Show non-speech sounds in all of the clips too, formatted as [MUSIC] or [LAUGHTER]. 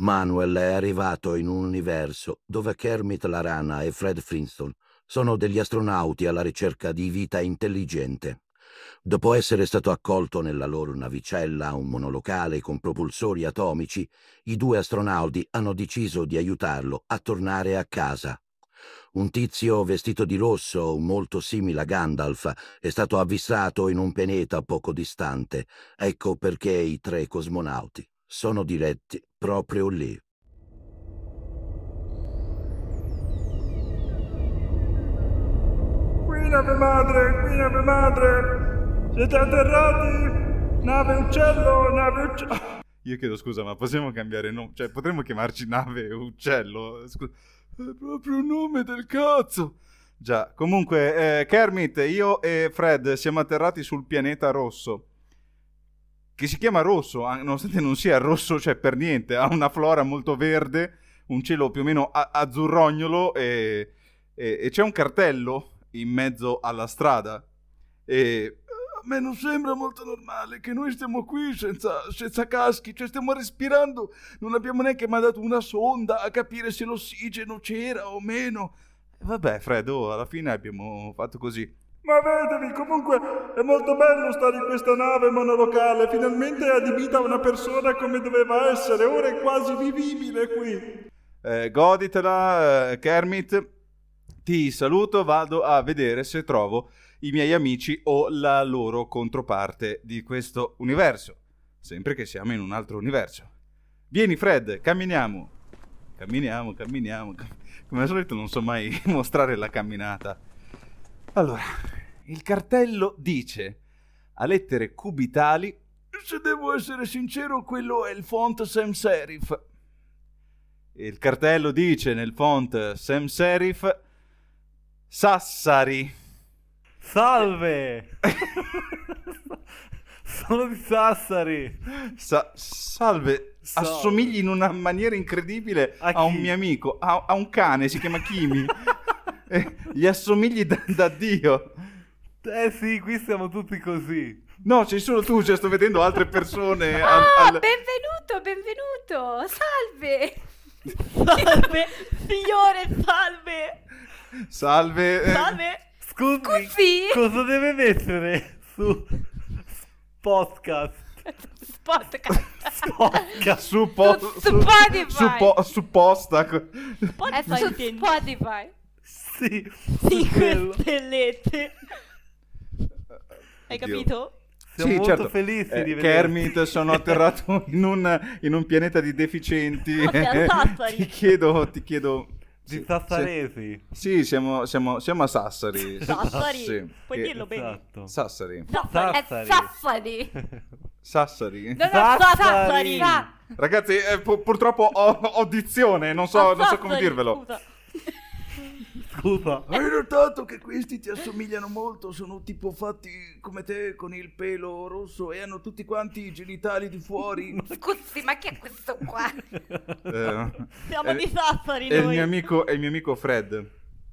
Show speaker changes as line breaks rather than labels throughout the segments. Manuel è arrivato in un universo dove Kermit la rana e Fred Flintstone sono degli astronauti alla ricerca di vita intelligente. Dopo essere stato accolto nella loro navicella, un monolocale con propulsori atomici, i due astronauti hanno deciso di aiutarlo a tornare a casa. Un tizio vestito di rosso, molto simile a Gandalf, è stato avvistato in un pianeta poco distante. Ecco perché i tre cosmonauti sono diretti proprio lì.
Qui nave madre, qui nave madre! Siete atterrati? Nave uccello, nave uccello!
Io chiedo scusa, ma possiamo cambiare nome? Cioè, potremmo chiamarci nave uccello? Scusa. È proprio un nome del cazzo! Già, comunque, eh, Kermit, io e Fred siamo atterrati sul pianeta rosso. Che si chiama rosso, an- nonostante non sia rosso, cioè per niente. Ha una flora molto verde, un cielo più o meno a- azzurrognolo e-, e-, e c'è un cartello in mezzo alla strada. E a me non sembra molto normale che noi stiamo qui senza, senza caschi, cioè stiamo respirando, non abbiamo neanche mandato una sonda a capire se l'ossigeno c'era o meno. E vabbè, Fredo, alla fine abbiamo fatto così.
Ma vedevi, comunque è molto bello stare in questa nave monolocale, finalmente è adibita a una persona come doveva essere, ora è quasi vivibile qui.
Eh, goditela, eh, Kermit. Ti saluto, vado a vedere se trovo i miei amici o la loro controparte di questo universo. Sempre che siamo in un altro universo. Vieni Fred, camminiamo. Camminiamo, camminiamo. cam- Come al solito non so mai [LAUGHS] mostrare la camminata. Allora, il cartello dice a lettere cubitali se devo essere sincero, quello è il font sans serif. Il cartello dice nel font sans serif Sassari.
Salve! Sono di Sassari.
Sa- salve.
Salve.
Assomigli in una maniera incredibile
A
a,
chi?
un mio amico, a, a un cane, si chiama Kimi. Eh, gli assomigli da, da Dio.
Eh sì, qui siamo tutti così.
No, sei solo tu, cioè, sto vedendo altre
[LAUGHS]
persone. al-
Ah,
al-
benvenuto, benvenuto! Salve! [LAUGHS] salve! Signore, salve!
Salve. eh,
Salve!
Scusi,
Così?
cosa deve mettere su podcast?
Podcast!
Podcast.
Su, po-
Su Spotify.
su po- su posta. co-
È su Spotify!
Sì, bello.
5 stellette. Hai
Oddio.
capito?
Siamo
Sì,
molto
certo.
felici
Eh,
di vederti.
Kermit, sono atterrato [LAUGHS] in un, in un pianeta di deficienti.
Ma sei a
[LAUGHS]
Sassari.
ti chiedo, ti chiedo.
Di
se-
Sassaresi.
Sì, siamo, siamo- siamo a Sassari.
[LAUGHS] Sassari.
Sì.
Puoi
Che-
dirlo bene.
Esatto.
Sassari.
È
Sassari.
Sassari!
Sassari.
No, no,
Sassari.
Sa-
Ragazzi, eh, pu- purtroppo ho, ho dizione, non so,
Ah,
non so come
Sassari,
dirvelo.
scusa.
Scusa.
Hai notato che questi ti assomigliano molto, sono tipo fatti come te con il pelo rosso e hanno tutti quanti i genitali di fuori.
Scusi, ma chi è questo qua?
Eh,
Siamo
eh,
di Sassari
è, il
noi.
mio amico, è il mio amico Fred.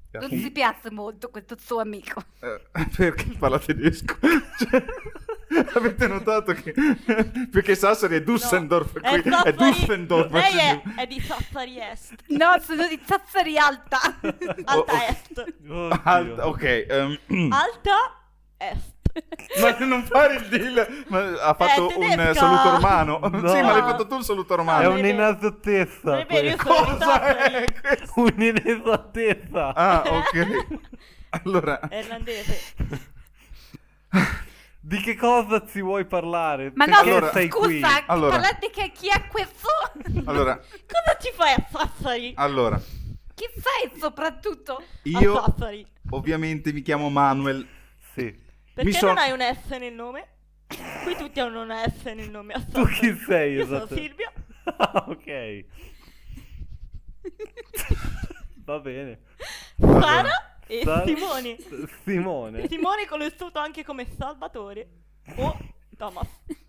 [LAUGHS]
Non si piace molto questo suo amico.
Eh, perché parla tedesco? [LAUGHS] Cioè, avete notato che... più che Sassari è Düsseldorf
È
qui. È,
Sassari-
Düsseldorf.
Lei è, è di Sassari Est.
[LAUGHS] No, sono di Sassari Alta!
[LAUGHS] Alta
Oh, oh.
Est.
Oddio.
Alta- Ah, ok. ehm,
Alta
[LAUGHS]
Est.
Ma non fare il deal. Ma ha fatto un eh,
tedesca.
saluto romano.
No.
Sì, ma l'hai fatto tu il saluto romano.
È
Ah, bene.
un'inesattezza.
Bene, io
questa.
sono
Cosa
di Sassari.
è questo?
Un'inesattezza.
Ah,
[LAUGHS]
ok. Allora,
È irlandese.
Di che cosa ci vuoi parlare?
Ma no,
Perché
allora-
sei qui?
scusa,
Allora.
parlate che chi è questo?
[LAUGHS] allora,
Cosa ci fai a Sassari?
allora.
Chi
[LAUGHS]
sei soprattutto?
Io
A Sassari.
ovviamente mi chiamo Manuel.
Sì.
Perché
mi sono-
non hai un S nel nome? Qui tutti hanno un S nel nome. a
Tu
Sassari.
chi sei?
Io sono
esatto?
Silvia.
Ah, [LAUGHS] ok. Va bene.
Sara e
Sara-
Simone. Eh.
S- Simone.
Simone è conosciuto anche come Salvatore o Thomas.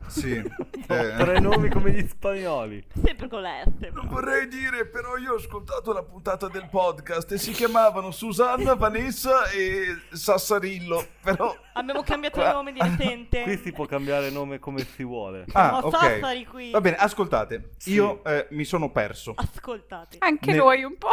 Sì.
[LAUGHS]
Eh,
Tre nomi come gli spagnoli.
Sempre con la S.
Vorrei dire, però io ho ascoltato la puntata del podcast e si chiamavano [LAUGHS] Susanna, Vanessa e Sassarillo, però...
Abbiamo cambiato
Qua-
nome di recente.
Qui si può cambiare nome come si vuole.
Ah,
Siamo Sassari qui.
Va bene, ascoltate, io eh, mi sono perso.
Ascoltate.
Anche
Ne-
noi un po'.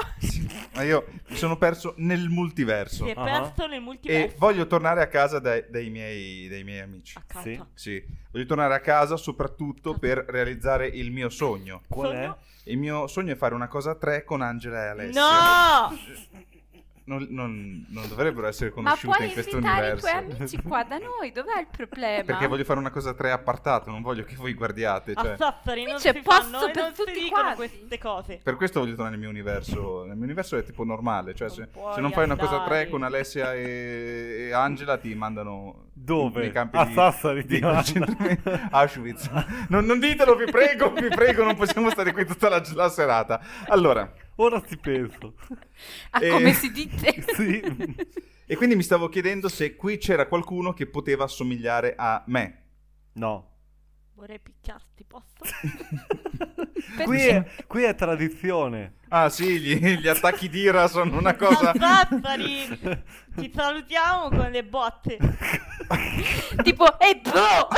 Ma io mi sono perso nel multiverso
Si è
Ah.
perso nel
e
multiverso.
voglio tornare a casa dai, dai miei, dai miei amici.
A casa.
Sì.
Sì, voglio tornare a casa soprattutto per realizzare il mio sogno.
Qual
Sogno?
è?
Il mio sogno è fare una cosa a tre con Angela e Alessia.
No!
Non, non- non dovrebbero essere
Ma
conosciute
puoi
in questo
invitare i
universo.
tuoi amici qua da noi, dov'è il problema?
Perché voglio fare una cosa a tre appartato, non voglio che voi guardiate.
A
Cioè,
Sassari
Qui
non
c'è
si
posto
fanno e
per
non si
tutti
dicono
quasi.
queste cose.
per questo voglio tornare nel mio universo. Nel mio universo è tipo normale. Cioè,
Non
se,
puoi
se non fai una cosa a tre
andare.
con Alessia e, e Angela, ti mandano
Dove?
nei campi
A
di,
Sassari
di
ti mandano.
concentramento. Auschwitz. Non, non ditelo, vi prego, vi prego, non possiamo stare qui tutta la, la serata. Allora,
Ora ci penso.
Ah,
Eh,
come si dice?
sì.
e quindi mi stavo chiedendo se qui c'era qualcuno che poteva assomigliare a me.
No.
Vorrei picchiarti, posso?
qui, è, qui è tradizione.
Ah sì, gli, gli attacchi di ira sono una cosa...
[LAUGHS] Sassari! Ci salutiamo con
[LAUGHS]
le botte.
[LAUGHS] tipo, eh,
[LAUGHS]
boh! e bro!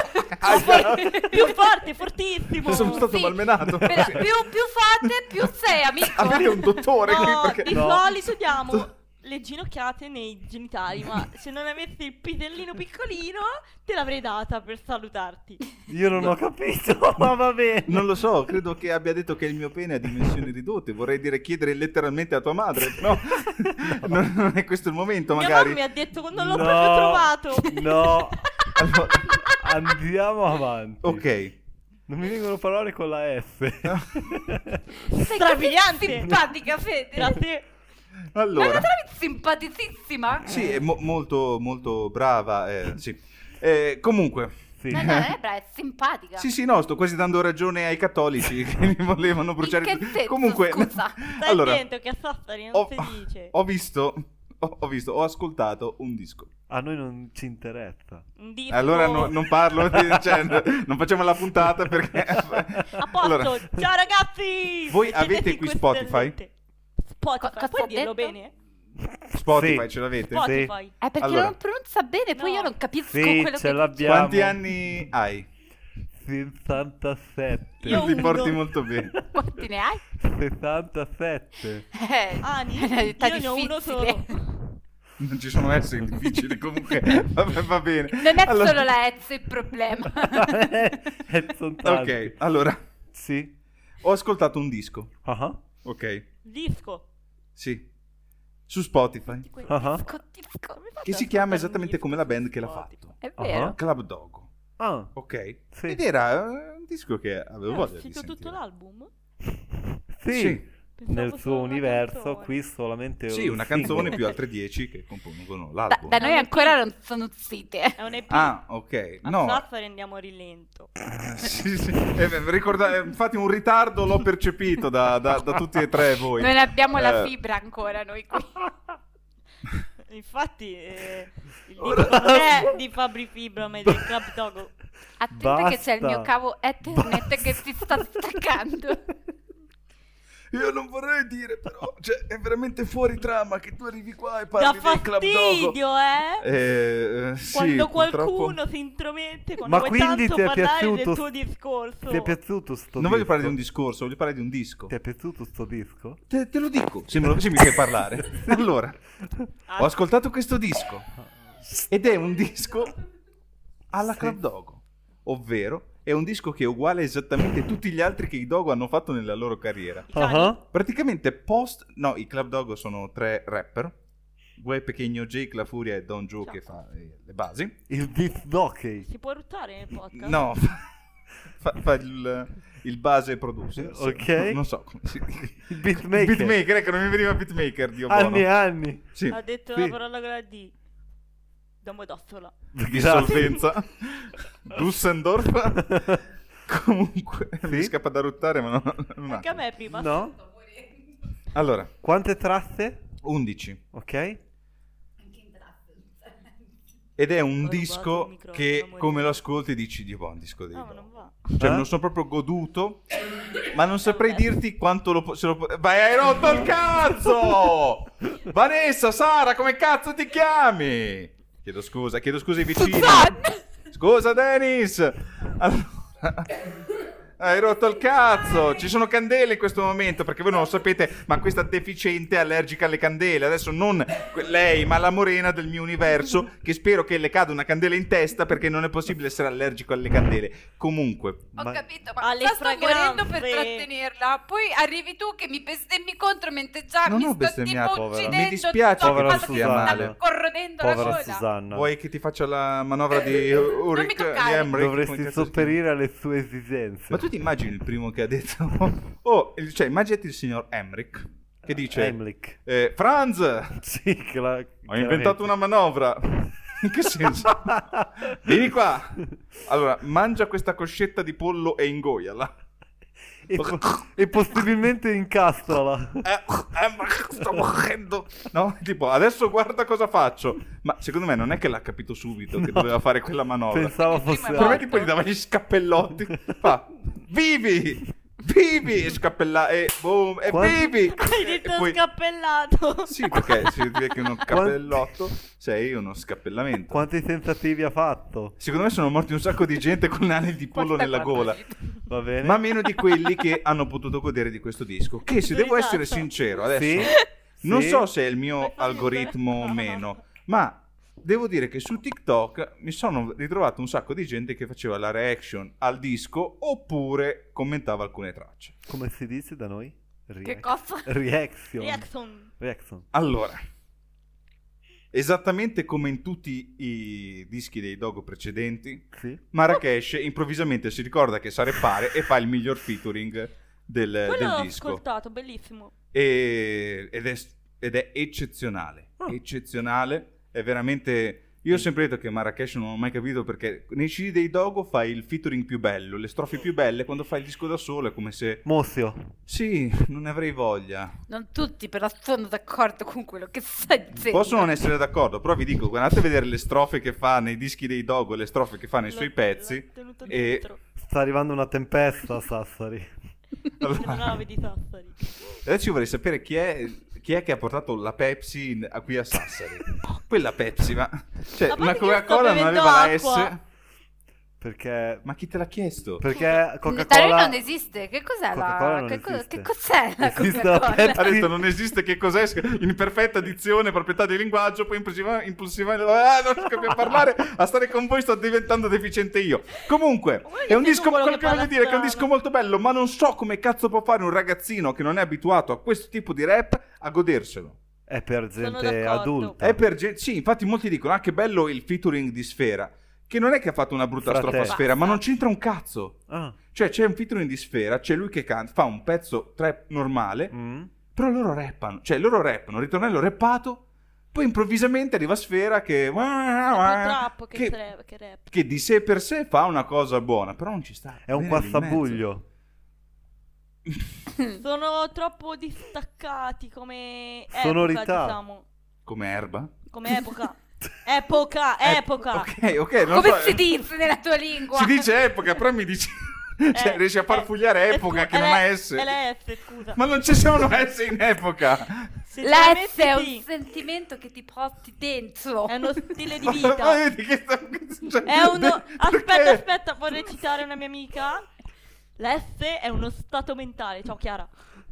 Ah,
Più forte, fortissimo.
Sono stato
Sì.
malmenato.
Però
Sì.
più, più fate, più sei,
[LAUGHS]
amico.
Avere un dottore qui
No,
perché...
di
No.
solito diamo
[LAUGHS]
le ginocchiate nei genitali, ma se non avessi il pisellino piccolino, te l'avrei data per salutarti.
Io non ho
[LAUGHS]
capito, ma va bene.
Non lo so, credo che abbia detto che il mio pene ha dimensioni ridotte. Vorrei dire chiedere letteralmente a tua madre, [LAUGHS]
[LAUGHS]
però non, non è questo il momento
Mia mamma
magari.
mi ha detto che non l'ho
No,
proprio trovato. [LAUGHS]
No.
Allora,
Andiamo avanti.
ok,
Non mi vengono parole con la F.
Sei così
Strabiliante.
simpatica, Fede.
Grazie.
Ma la
allora...
trovi simpaticissima? Eh,
Sì, è mo- molto, molto brava, eh, sì. Eh, comunque,
[LAUGHS] Sì.
No, no, è brava, è simpatica.
sì, sì, no, sto quasi dando ragione ai cattolici [LAUGHS] che mi volevano bruciare.
In che senso,
comunque, [LAUGHS]
scusa?
Stai
allora,
attento che a Sassari non
ho,
si dice.
ho visto, ho, ho visto, ho ascoltato un disco.
A noi non ci interessa.
Un disco.
Allora no- non parlo, di- cioè, [LAUGHS] n- non facciamo la puntata perché...
A posto.
Allora,
Ciao ragazzi.
Voi
Mettete
avete
in
qui
queste
Spotify?
lente. Spotify.
Co- cosa
Puoi
ha
dirlo
detto?
bene?
Spotify
Sì.
ce l'avete?
Sì.
Spotify.
È Eh, perché
Allora.
non pronuncia bene, poi
No.
io non capisco
Sì,
quello
ce
che
l'abbiamo.
Quanti anni hai?
67.
Io
Li
uno.
porti molto bene.
Quanti ne hai? [LAUGHS]
67.
Eh,
[LAUGHS] Ani,
è una età
io ne ho uno
difficile.
solo.
Non ci sono esseri difficili comunque, vabbè, va bene.
Non è
Allora-
solo la Ezio il
[LAUGHS]
problema.
Eh, son tanti.
Ok, allora,
Sì.
ho ascoltato un disco,
Ah,
ok?
Disco.
Sì. Su Spotify.
ah, ah.
Scottisco.
Che si chiama esattamente come la band che l'ha fatto.
È vero.
Ah.
Club Dogo.
Ah,
Ok.
Sì.
Ed era eh, un disco che avevo
Ho
voglia di
sentito tutto
sentire.
l'album?
sì.
Sì.
Pensavo
Nel
fosse
suo
una
universo,
canzone.
qui solamente...
Sì,
un
una
singolo.
canzone più altre 10 che compongono
Da,
l'album.
da noi ancora non sono zite.
È un EP.
Ah, ok.
A
No.
Sassari andiamo a rilento.
[LAUGHS]
[LAUGHS]
Sì, sì. Eh, beh, ricorda- eh, infatti un ritardo l'ho percepito da, da- da tutti e tre voi.
Non abbiamo la
Eh,
fibra ancora noi qui. [LAUGHS]
Infatti, eh, il disco
Ora-
non
[LAUGHS]
è di Fabri
[LAUGHS]
Fibra, ma è del Club Dogo.
Attenta che c'è il
Basta.
mio cavo Ethernet che si sta staccando.
Io non vorrei dire, però, cioè, è veramente fuori trama che tu arrivi qua e
Da
parli del Club Dogo.
fastidio, eh?
Eh, eh, sì,
Quando qualcuno
purtroppo-
si intromette, quando
Ma
vuoi
quindi
tanto
ti è
parlare
piaciuto...
del tuo discorso.
Ti è piaciuto sto
Non voglio parlare di un
disco?
discorso, voglio parlare di un disco.
Ti è piaciuto sto disco?
Te, te lo dico, se, me lo- se mi fai parlare. [LAUGHS] Allora, ho ascoltato questo disco ed è un disco alla
Sì.
Club Dogo, ovvero è un disco che è uguale esattamente a tutti gli altri che i Dogo hanno fatto nella loro carriera.
Cioè,
I cani.
Ah,
Praticamente post... No, i Club Dogo sono tre rapper. Gue Pechegno, Jake La Furia e Don Joe che fa eh, le basi.
Il disc jockey.
Si può ruttare nel podcast?
No, [LAUGHS] fa, fa- fa il, il base producer. sì.
Ok.
Non, non so come si dice.
Il beatmaker.
Beatmaker, ecco, non mi veniva beatmaker, Dio
Anni e
buono.
anni.
Sì.
Ha detto
Sì.
la parola con la D. Domodossola. [LAUGHS]
dissolvenza Dusseldorf comunque mi scappa da ruttare ma non, non
Anche a me prima.
No?
allora
Quante tratte?
11
Ok.
Ed è
Ho
un
rubato il
disco
microfono,
che
amore.
come lo ascolti dici di buon disco dei
No, Ah, ma
Doors".
non va. [LAUGHS]
Cioè,
Eh?
non sono proprio goduto, ma non saprei
Vabbè.
dirti quanto lo... po- Se lo po- Vai, hai rotto il cazzo!
[LAUGHS]
Vanessa, Sara, come cazzo ti chiami? Chiedo scusa, chiedo scusa ai vicini. Scusa, Dennis! Allora... Hai rotto il cazzo! Ci sono candele in questo momento perché voi non lo sapete, ma questa deficiente è allergica alle candele. Adesso non que- lei, ma la morena del mio universo, che spero che le cada una candela in testa perché non è possibile essere allergico alle candele. Comunque,
Ho
Ma-
capito, ma
Alle
già sto morendo per
fragranze.
trattenerla. Poi arrivi tu che mi bestemmi contro mentre già
Non
mi
ho
sto
bestemmiato,
tipo
povera.
uccidendo,
Mi dispiace
so
che
cosa
ti
ti
sia
sta
male.
corrodendo la
Povera
gola.
Susanna.
vuoi che ti faccia la manovra di Ulrich
Eh, Non mi toccare.
Emmerich? Come
Dovresti
cazzo si
sopperire alle sue
chiama?
esigenze.
Ma tu ti immagini il primo che ha detto... [LAUGHS] oh, il- cioè, immaginati il signor Emmerich che dice...
Heimlich. [LAUGHS]
eh, Franz,
Sì, che la-
Ho inventato una manovra. In che
[LAUGHS]
senso?
chiaramente.
Vieni qua. Allora, mangia questa coscetta di pollo e ingoiala.
e, po- e possibilmente
[LAUGHS]
incastrala.
Eh, eh, ma sto morendo. No, tipo, adesso guarda cosa faccio. Ma secondo me non è che l'ha capito subito che
No.
doveva fare quella manovra.
Pensavo
Quindi
fosse
prima
altro.
Probabilmente poi gli dava gli scappellotti. Fa, vivi! Vivi! E scappella e boom, e
Quando-
vivi!
Hai
E
detto
poi-
scappellato. [LAUGHS]
Sì, perché si vede che uno cappellotto sei uno scappellamento.
Quanti tentativi ha fatto?
Secondo me sono morti un sacco di gente con l'anel di pollo
Guarda,
nella
guarda.
gola.
Va bene.
Ma meno di quelli che hanno potuto godere di questo disco. Che se devo essere sincero, adesso
Sì?
[LAUGHS]
non
Sì?
so se è il mio
Fai fare
algoritmo o
il-
meno, ma devo dire che su TikTok mi sono ritrovato un sacco di gente che faceva la reaction al disco oppure commentava alcune tracce.
Come si dice da noi? Reac-
Che
eh.
cosa?
Reaction.
Jackson.
Reaction.
Allora, esattamente come in tutti i dischi dei Dogo precedenti,
Sì.
Marrakesh improvvisamente si ricorda che sa rappare e fa il miglior featuring Eh, del,
Quello
del
l'ho
disco.
ascoltato, bellissimo.
E- ed, è, ed è eccezionale.
Ah.
Eccezionale. È veramente. Io ho sempre detto che Marrakesh non ho mai capito perché nei CD dei Dogo fa il featuring più bello, le strofe più belle. Quando fa il disco da solo è come se.
Mozio.
Sì, non ne avrei voglia.
Non tutti, però sono d'accordo con quello che stai dicendo.
Posso non essere d'accordo, però vi dico: guardate a vedere le strofe che fa nei dischi dei Dogo e le strofe che fa Ah, nei
L'ho-
suoi pezzi.
[LAUGHS] l'ho tenuto
e-
dentro.
Sta arrivando una tempesta a Sassari.
[LAUGHS] Allora-
Una nave
[LAUGHS]
di Sassari.
Adesso io vorrei sapere chi è, chi è che ha portato la Pepsi in- a- qui a
[LAUGHS]
Sassari. Quella Pepsi, ma... Cioè,
Ma a parte
una
che io sto
Coca-Cola non
bevendo
aveva la S.
acqua.
Perché...
Ma chi te l'ha chiesto?
Perché
Da noi
Coca-Cola...
non esiste. Che cos'è
Coca-Cola
la...
non
Che, co-
esiste.
Ecco che cos'è [LAUGHS] la
Esiste eh, la
Coca-Cola?
Pepsi.
Ha detto non esiste che cos'è in perfetta dizione, proprietà di linguaggio, poi impulsiva- impulsivamente... Ah, non riesco più a parlare, a stare con voi sto diventando deficiente io. Comunque,
Ma guarda
è un
che sei
disco,
tu quello
quello
che
che voglio
parla
dire, è che è un disco
strano.
molto bello, ma non so come cazzo può fare un ragazzino che non è abituato a questo tipo di rap a goderselo.
È per gente
d'accordo.
adulta.
È per gen- sì, infatti molti dicono, ah che bello il featuring di Sfera, che non è che ha fatto una brutta
Frate.
strofa a Sfera, ma non c'entra un cazzo.
Ah.
Cioè c'è un featuring di Sfera, c'è lui che canta, fa un pezzo trap normale,
Mm.
però loro rappano, cioè loro rappano, ritornello rappato, poi improvvisamente arriva Sfera che...
È più trap che,
eh, che-
tra- che rap.
che di sé per sé fa una cosa buona, però non ci sta.
È
Bene lì in
un
mezzo.
guastabuglio.
Sono troppo distaccati come epoca,
Sonorità.
diciamo.
Come erba? [LAUGHS]
Come epoca. epoca, epoca.
Eh,
Eh,
Ok, ok. non
Come
so- eh.
si dice nella tua lingua?
Si dice epoca, però mi dici... cioè,
[LAUGHS] Eh,
riesci a far
eh,
fugliare
eh,
epoca
scu-
che
è
non
la-
ha S.
È la F, scusa.
Ma non ci sono S in epoca.
La
Sinceramente
F è un
sì.
sentimento che ti porti dentro.
È uno stile
[LAUGHS]
di
Ma
vita.
vedi che sta- cioè,
È uno...
de- perché?
Aspetta, aspetta, vorrei citare una mia amica. La F è uno stato mentale. Ciao Chiara.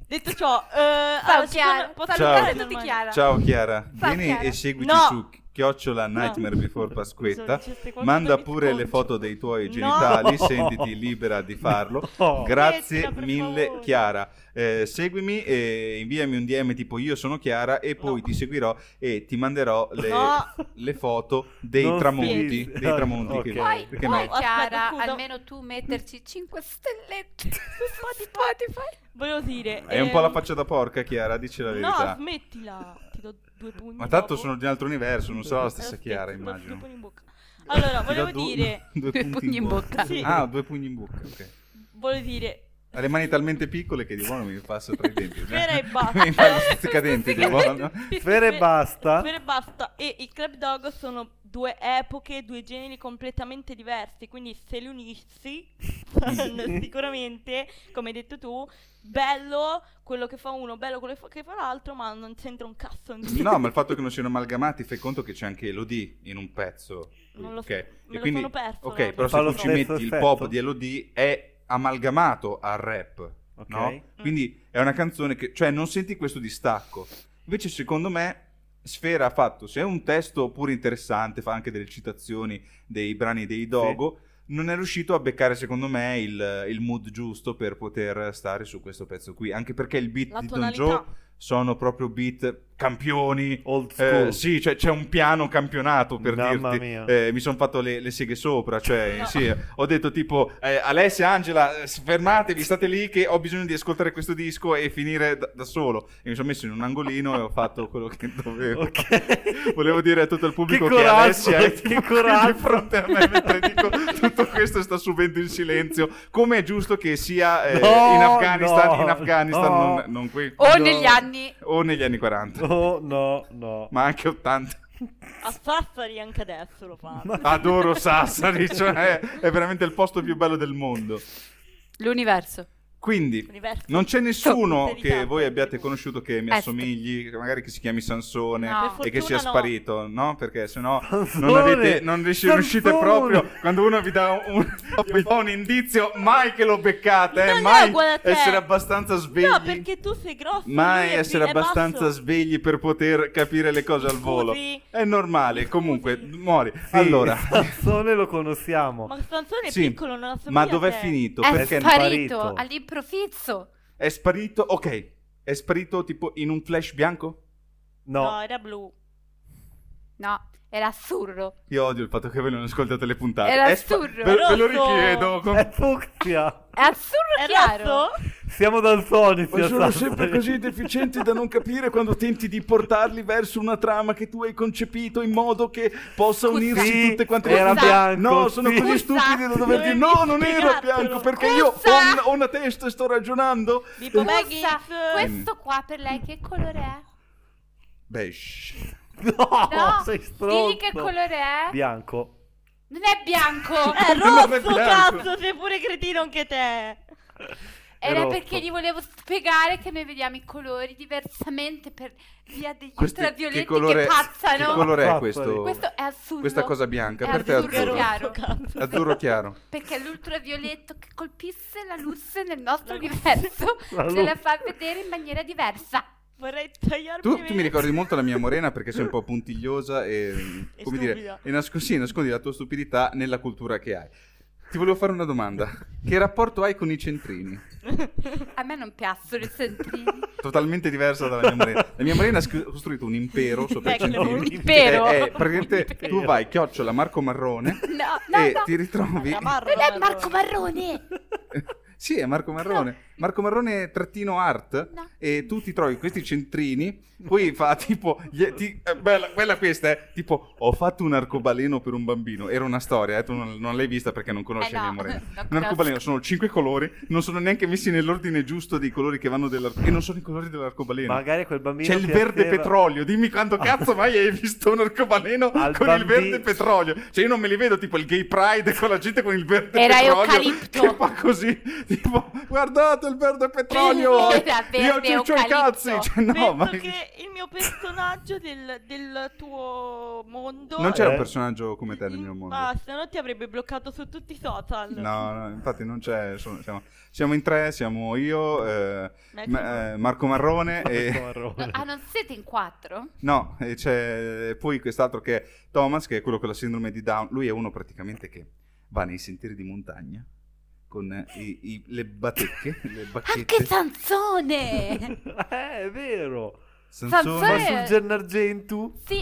Detto ciò, eh, allora,
Ciao
siccome-
Chiara,
posso
Ciao.
salutare
andare
tutti
normale?
Chiara.
Ciao Chiara,
Ciao,
vieni
Chiara.
e seguiti
No.
su chiocciola Nightmare Before Pasquetta.
Scusa, diceste qualcosa
Manda
di
pure le
sconcio.
foto dei tuoi
No.
genitali, sentiti libera di
[LAUGHS]
farlo.
[LAUGHS] No.
Grazie
Smettila, per
mille
favore.
Chiara. Eh, seguimi e inviami un DM tipo io sono Chiara e poi
No.
ti seguirò e ti manderò le,
No.
le foto dei
Non
tramonti,
si-
dei tramonti che-
Ok.
Puoi,
perché
puoi,
no?
aspetta,
Chiara,
scusa.
almeno tu metterci 5 stellette [LAUGHS] su Spotify.
Volevo dire...
È un po'
ehm,
la faccia da porca Chiara, dici la verità.
No, smettila. Ti do due pugni.
Ma tanto
dopo.
sono di un altro universo, non sarà la
Eh,
stessa
aspetta,
Chiara,
ti do due
immagino.
pugni in bocca. Allora,
[LAUGHS] Ti do
volevo
du-
dire...
[LAUGHS] due
Due pugni in bocca.
Sì.
Ah, due pugni in bocca, ok.
Volevo dire...
Ha le mani talmente piccole che di buono mi passa tra i denti.
Sfera
[LAUGHS]
e basta.
mi
[LAUGHS]
fa gli sticcadenti di buono.
Sì, sì,
Sfera e basta.
Sfera e basta. E i Club Dog sono due epoche, due generi completamente diversi, quindi se li unissi [LAUGHS] saranno sicuramente, come hai detto tu, bello quello che fa uno, bello quello che fa- che fa l'altro, ma non c'entra un cazzo niente.
No, ma il fatto che non siano amalgamati, fai conto che c'è anche Elodie in un pezzo.
Non lo
ok.
so, me
E
lo
quindi-
sono perso,
Ok,
guarda.
però
Fa
se
lo
tu ci
stesso
metti il
effetto?
pop di Elodie è amalgamato al rap,
Ok.
no?
Mm.
Quindi è una canzone che... Cioè, non senti questo distacco. Invece, secondo me, Sfera ha fatto... Se è un testo pure interessante, fa anche delle citazioni dei brani dei Dogo, non è riuscito a beccare, secondo me, il, il mood giusto per poter stare su questo pezzo qui. Anche perché il beat
La
di Don
tonalità.
Joe sono proprio beat campioni,
Old school.
eh, sì, cioè, c'è un piano campionato per
Mamma
dirti.
mia.
Eh, mi sono fatto le, le seghe sopra.
[LAUGHS]
Cioè,
No.
sì, ho detto tipo eh, Alessia, Angela, eh, fermatevi, state lì che ho bisogno di ascoltare questo disco e finire da, da solo. E mi sono messo in un angolino e ho fatto quello
[LAUGHS]
che dovevo.
Ok.
Volevo dire a tutto il pubblico
Che
che,
coraggio,
Alessia è
[LAUGHS] che
qui
coraggio.
di fronte a me mentre dico tutto questo e sta subendo in silenzio. Come è giusto che sia eh,
No,
in Afghanistan,
no,
in Afghanistan
no.
non, non qui.
O
No.
negli anni.
O negli anni 40,
No, Oh, no, no.
ma anche 80.
A Sassari anche adesso lo
[LAUGHS]
fanno.
Adoro Sassari, cioè è veramente il posto più bello del mondo.
L'universo.
Quindi
Universo.
non c'è nessuno
Sì.
che voi abbiate conosciuto che mi
Est.
assomigli, che magari che si chiami Sansone
No.
Per
e che sia
fortuna no.
sparito, no? Perché sennò non,
Sansone!
avete, non riusci- riuscite
Sansone!
proprio quando uno vi dà un, vi fa un indizio, mai che lo beccate, eh,
No, no,
mai
guarda te.
essere abbastanza svegli.
No, perché tu sei grosso.
Mai
lui è-
essere
è
abbastanza
basso.
svegli per poter capire le cose al
Scusi.
volo. È normale, comunque,
Scusi.
muori.
Sì, [LAUGHS]
Allora,
Sansone lo conosciamo.
Ma Sansone è
Sì,
piccolo, non assomiglia
ma
a
dov'è
te.
finito?
È
Perché
sparito,
è sparito?
all'improvviso.
è sparito? Ok, è sparito tipo in un flash bianco?
No.
No. era blu.
No, era assurdo.
Io odio il fatto che voi non ascoltate le puntate.
Era
È spa-
assurdo.
Ve, ve lo
Rosso.
richiedo. com-
È fucsia.
È assurdo
È
chiaro.
rosso?
Siamo dal Sony.
Poi sono sempre così deficienti da non capire quando tenti di portarli verso una trama che tu hai concepito in modo che possa
Scusa.
unirsi
Sì,
tutte quante
era
Scusa.
bianco,
No, sono
sì.
così
Scusa.
stupidi da dover dire no, non era
Spiegatelo.
bianco perché io ho,
Scusa.
una- ho una testa e sto ragionando.
Bippo Baggins.
Rossa, questo qua per lei che colore è?
Beh, shh.
No,
No,
sei stronzo.
digli che colore è.
Bianco.
Non
[LAUGHS]
è bianco.
È
Non è
rosso,
Eh, bianco.
cazzo, sei pure cretino anche te.
Era
rosso.
perché gli volevo spiegare che noi vediamo i colori diversamente per via degli
Questi-
ultravioletti
che
che,
colore,
pazzano.
che colore è
Pazzano.
questo?
Questo è assurdo.
Questa cosa bianca
È
per te è
azzurro
È
azzurro.
chiaro.
rosso, cazzo.
Azzurro chiaro.
Perché l'ultravioletto che colpisse la luce nel nostro
La luce.
universo
La
ce la
luce.
fa vedere in maniera diversa.
Vorrei tagliarmi
Tu,
i
tu
vestiti.
mi ricordi molto la mia morena perché sei un po' puntigliosa e,
E
come
stupida.
dire, e nasc- sì, nascondi la tua stupidità nella cultura che hai. Ti volevo fare una domanda. Che rapporto hai con i centrini?
A me non piacciono i
[LAUGHS]
centrini.
Totalmente diversa dalla mia morena. La mia morena ha sc- costruito un impero sopra i
Ecco,
centrini.
un
impero.
Eh, eh, praticamente
Un impero.
tu vai, chiocciola Marco Marrone
No, no,
e
no.
ti ritrovi...
La Marro,
Non è
Marro.
Marco Marrone.
Sì, è Marco Marrone. Marco Marrone trattino art
No.
e tu ti trovi questi centrini, poi fa tipo... gli- ti- eh, bella, bella questa, eh. Tipo, ho fatto un arcobaleno per un bambino. Era una storia, eh, tu non, non l'hai vista perché non conosci
Eh no,
la mia morena.
[LAUGHS] non
Un
conosco.
arcobaleno sono cinque colori, non sono neanche messi nell'ordine giusto dei colori che vanno dell'arcobaleno. E non sono i colori dell'arcobaleno.
Magari quel bambino
C'è il
piaceva-
verde petrolio, dimmi quando cazzo mai hai visto un arcobaleno con
[LAUGHS] Al
il
bambi-
verde petrolio? Cioè io non me li vedo tipo il gay pride con la gente con il verde
Era
petrolio
eucalipto.
che fa così, tipo guardate il verde petrolio,
Era verde
io ci c'ho i
eucalipto.
cazzi, Cioè, [LAUGHS] no
Penso
ma
che il mio personaggio del, del tuo mondo...
non c'era
Eh.
un personaggio come te nel mio mondo.
Ah, se no ti avrebbe bloccato su tutti i social.
No, no, infatti non c'è, sono- siamo, siamo in tre, siamo io, eh,
Max.
ma- eh, Marco Marrone
Marco
e...
Marrone.
Ah, non siete in quattro?
No, e c'è poi quest'altro che è Thomas, che è quello con la sindrome di Down. Lui è uno praticamente che va nei sentieri di montagna con i- i- le batecche, le
Anche
bacchette.
Sanzone!
[LAUGHS] Eh, è vero. Ma
Sanzone-
sul Gennargentu,
[LAUGHS] sì,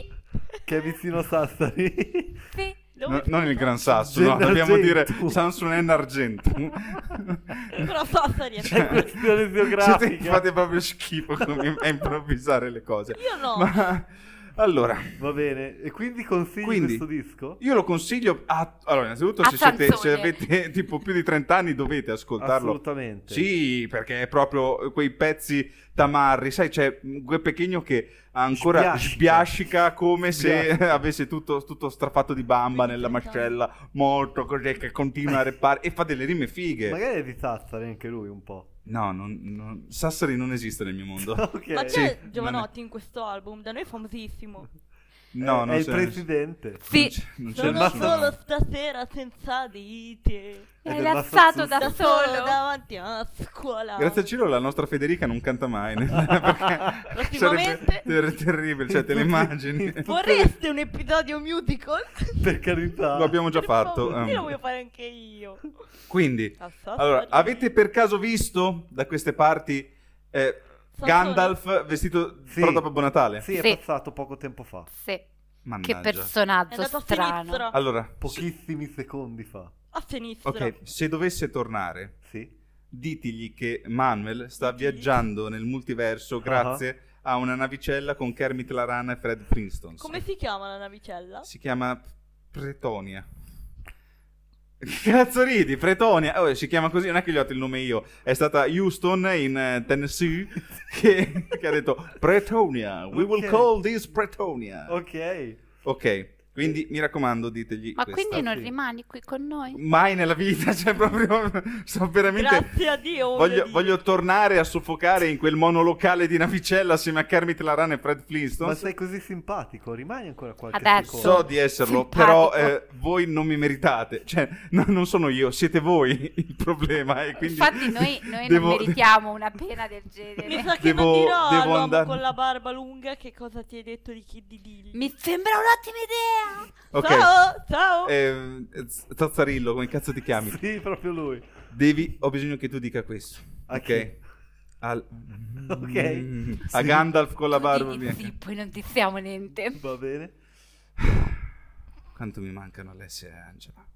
che è vicino a Sassari. [LAUGHS]
sì.
Dove
No, non il Gran Sasso, no,
Gennargentu.
dobbiamo dire Samsung en Argentum.
Però Sassari è
È questione
Cioè, Siete,
geografica.
fate proprio schifo come- a improvvisare le cose.
Io no.
[LAUGHS] Ma Allora,
Va bene, e quindi consigli
Quindi-
questo disco?
io lo consiglio. a- Allora, innanzitutto,
A
se, siete, se
canzone.
avete tipo più di 30 anni, dovete ascoltarlo
Assolutamente.
Sì, perché è proprio quei pezzi tamarri, sai, c'è quel pechegno che ancora
Sbiascica.
sbiascica come se [LAUGHS]
Sbiascica.
avesse tutto, tutto strafatto di bamba nella mascella, morto così che continua a repare e fa delle rime fighe.
Magari è di Sassari anche lui un po'.
No, non- non- Sassari non esiste nel mio mondo.
[LAUGHS] ok.
Ma
Sì,
c'è
non è-
Giovanotti in questo album, da noi è famosissimo.
No,
è,
non
è il
c'è
presidente.
non
Sì,
c'è- non c'è
Sono
nessuno.
solo stasera senza dite.
È
è
del
lasciato
Massachusetts.
da
Da solo
solo.
davanti a scuola.
Grazie a Ciro la nostra Federica non canta mai. [LAUGHS] perché sarebbe
Prossimamente-
ter- terribile, cioè
[LAUGHS]
te le immagini.
Vorreste un
[LAUGHS]
episodio musical?
Per carità.
Lo abbiamo già
Per
fatto.
favore, Io
ehm.
lo voglio fare anche io.
Quindi,
A Sassari.
Allora, avete per caso visto da queste parti eh,
Sono
Gandalf vestito
Sì.
però da Babbo Natale?
Sì, è
Sì.
passato poco tempo fa.
Sì,
Mannaggia.
che
È
personaggio
andato a
strano.
sinistra.
Allora, se-
Pochissimi secondi fa.
A sinistra.
ok, se dovesse tornare,
Sì.
ditigli che Manuel sta viaggiando nel
Ah.
multiverso grazie a una navicella con Kermit la rana e Fred Princeton.
Come si chiama la navicella?
Si chiama Pretonia. [LAUGHS] Cazzo ridi, Pretonia, Oh, si chiama così, non è che gli ho dato il nome io, è stata Houston in eh, Tennessee [LAUGHS] che, che ha detto Pretonia, we will
Ok.
call this Pretonia. Ok,
Ok.
quindi mi raccomando ditegli
Ma
questa.
quindi non
sì.
rimani qui con noi?
Mai nella vita, [LAUGHS] cioè proprio, sto veramente...
Grazie a Dio.
Voglio,
dire.
voglio tornare a soffocare in quel monolocale di Navicella assieme a Kermit la Rana e Fred Flintstone.
Ma sei così simpatico, rimani ancora qualche
Adesso.
secondo.
So di esserlo,
Simpatico.
però eh, voi non mi meritate, cioè no, non sono io, siete voi [LAUGHS] il problema. E quindi
Infatti noi, noi
devo-
non meritiamo una pena del
Mi
genere.
sa che
Devo-
non dirò
devo
all'uomo
andare-
con la barba lunga che cosa ti hai detto di chi di Lilli.
Mi sembra un'ottima idea.
[LAUGHS] Ok,
Ciao, ciao.
ehm, Z- Zazzarillo, come cazzo ti chiami?
[LAUGHS] Sì, proprio lui.
Devi, ho bisogno che tu dica questo.
A
ok.
chi?
Al-
Ah, Ok.
Mm, A
Sì.
Gandalf con la barba
Tu
bianca.
dici, poi non ti siamo niente.
Va bene.
Quanto mi mancano Alessia e Angela.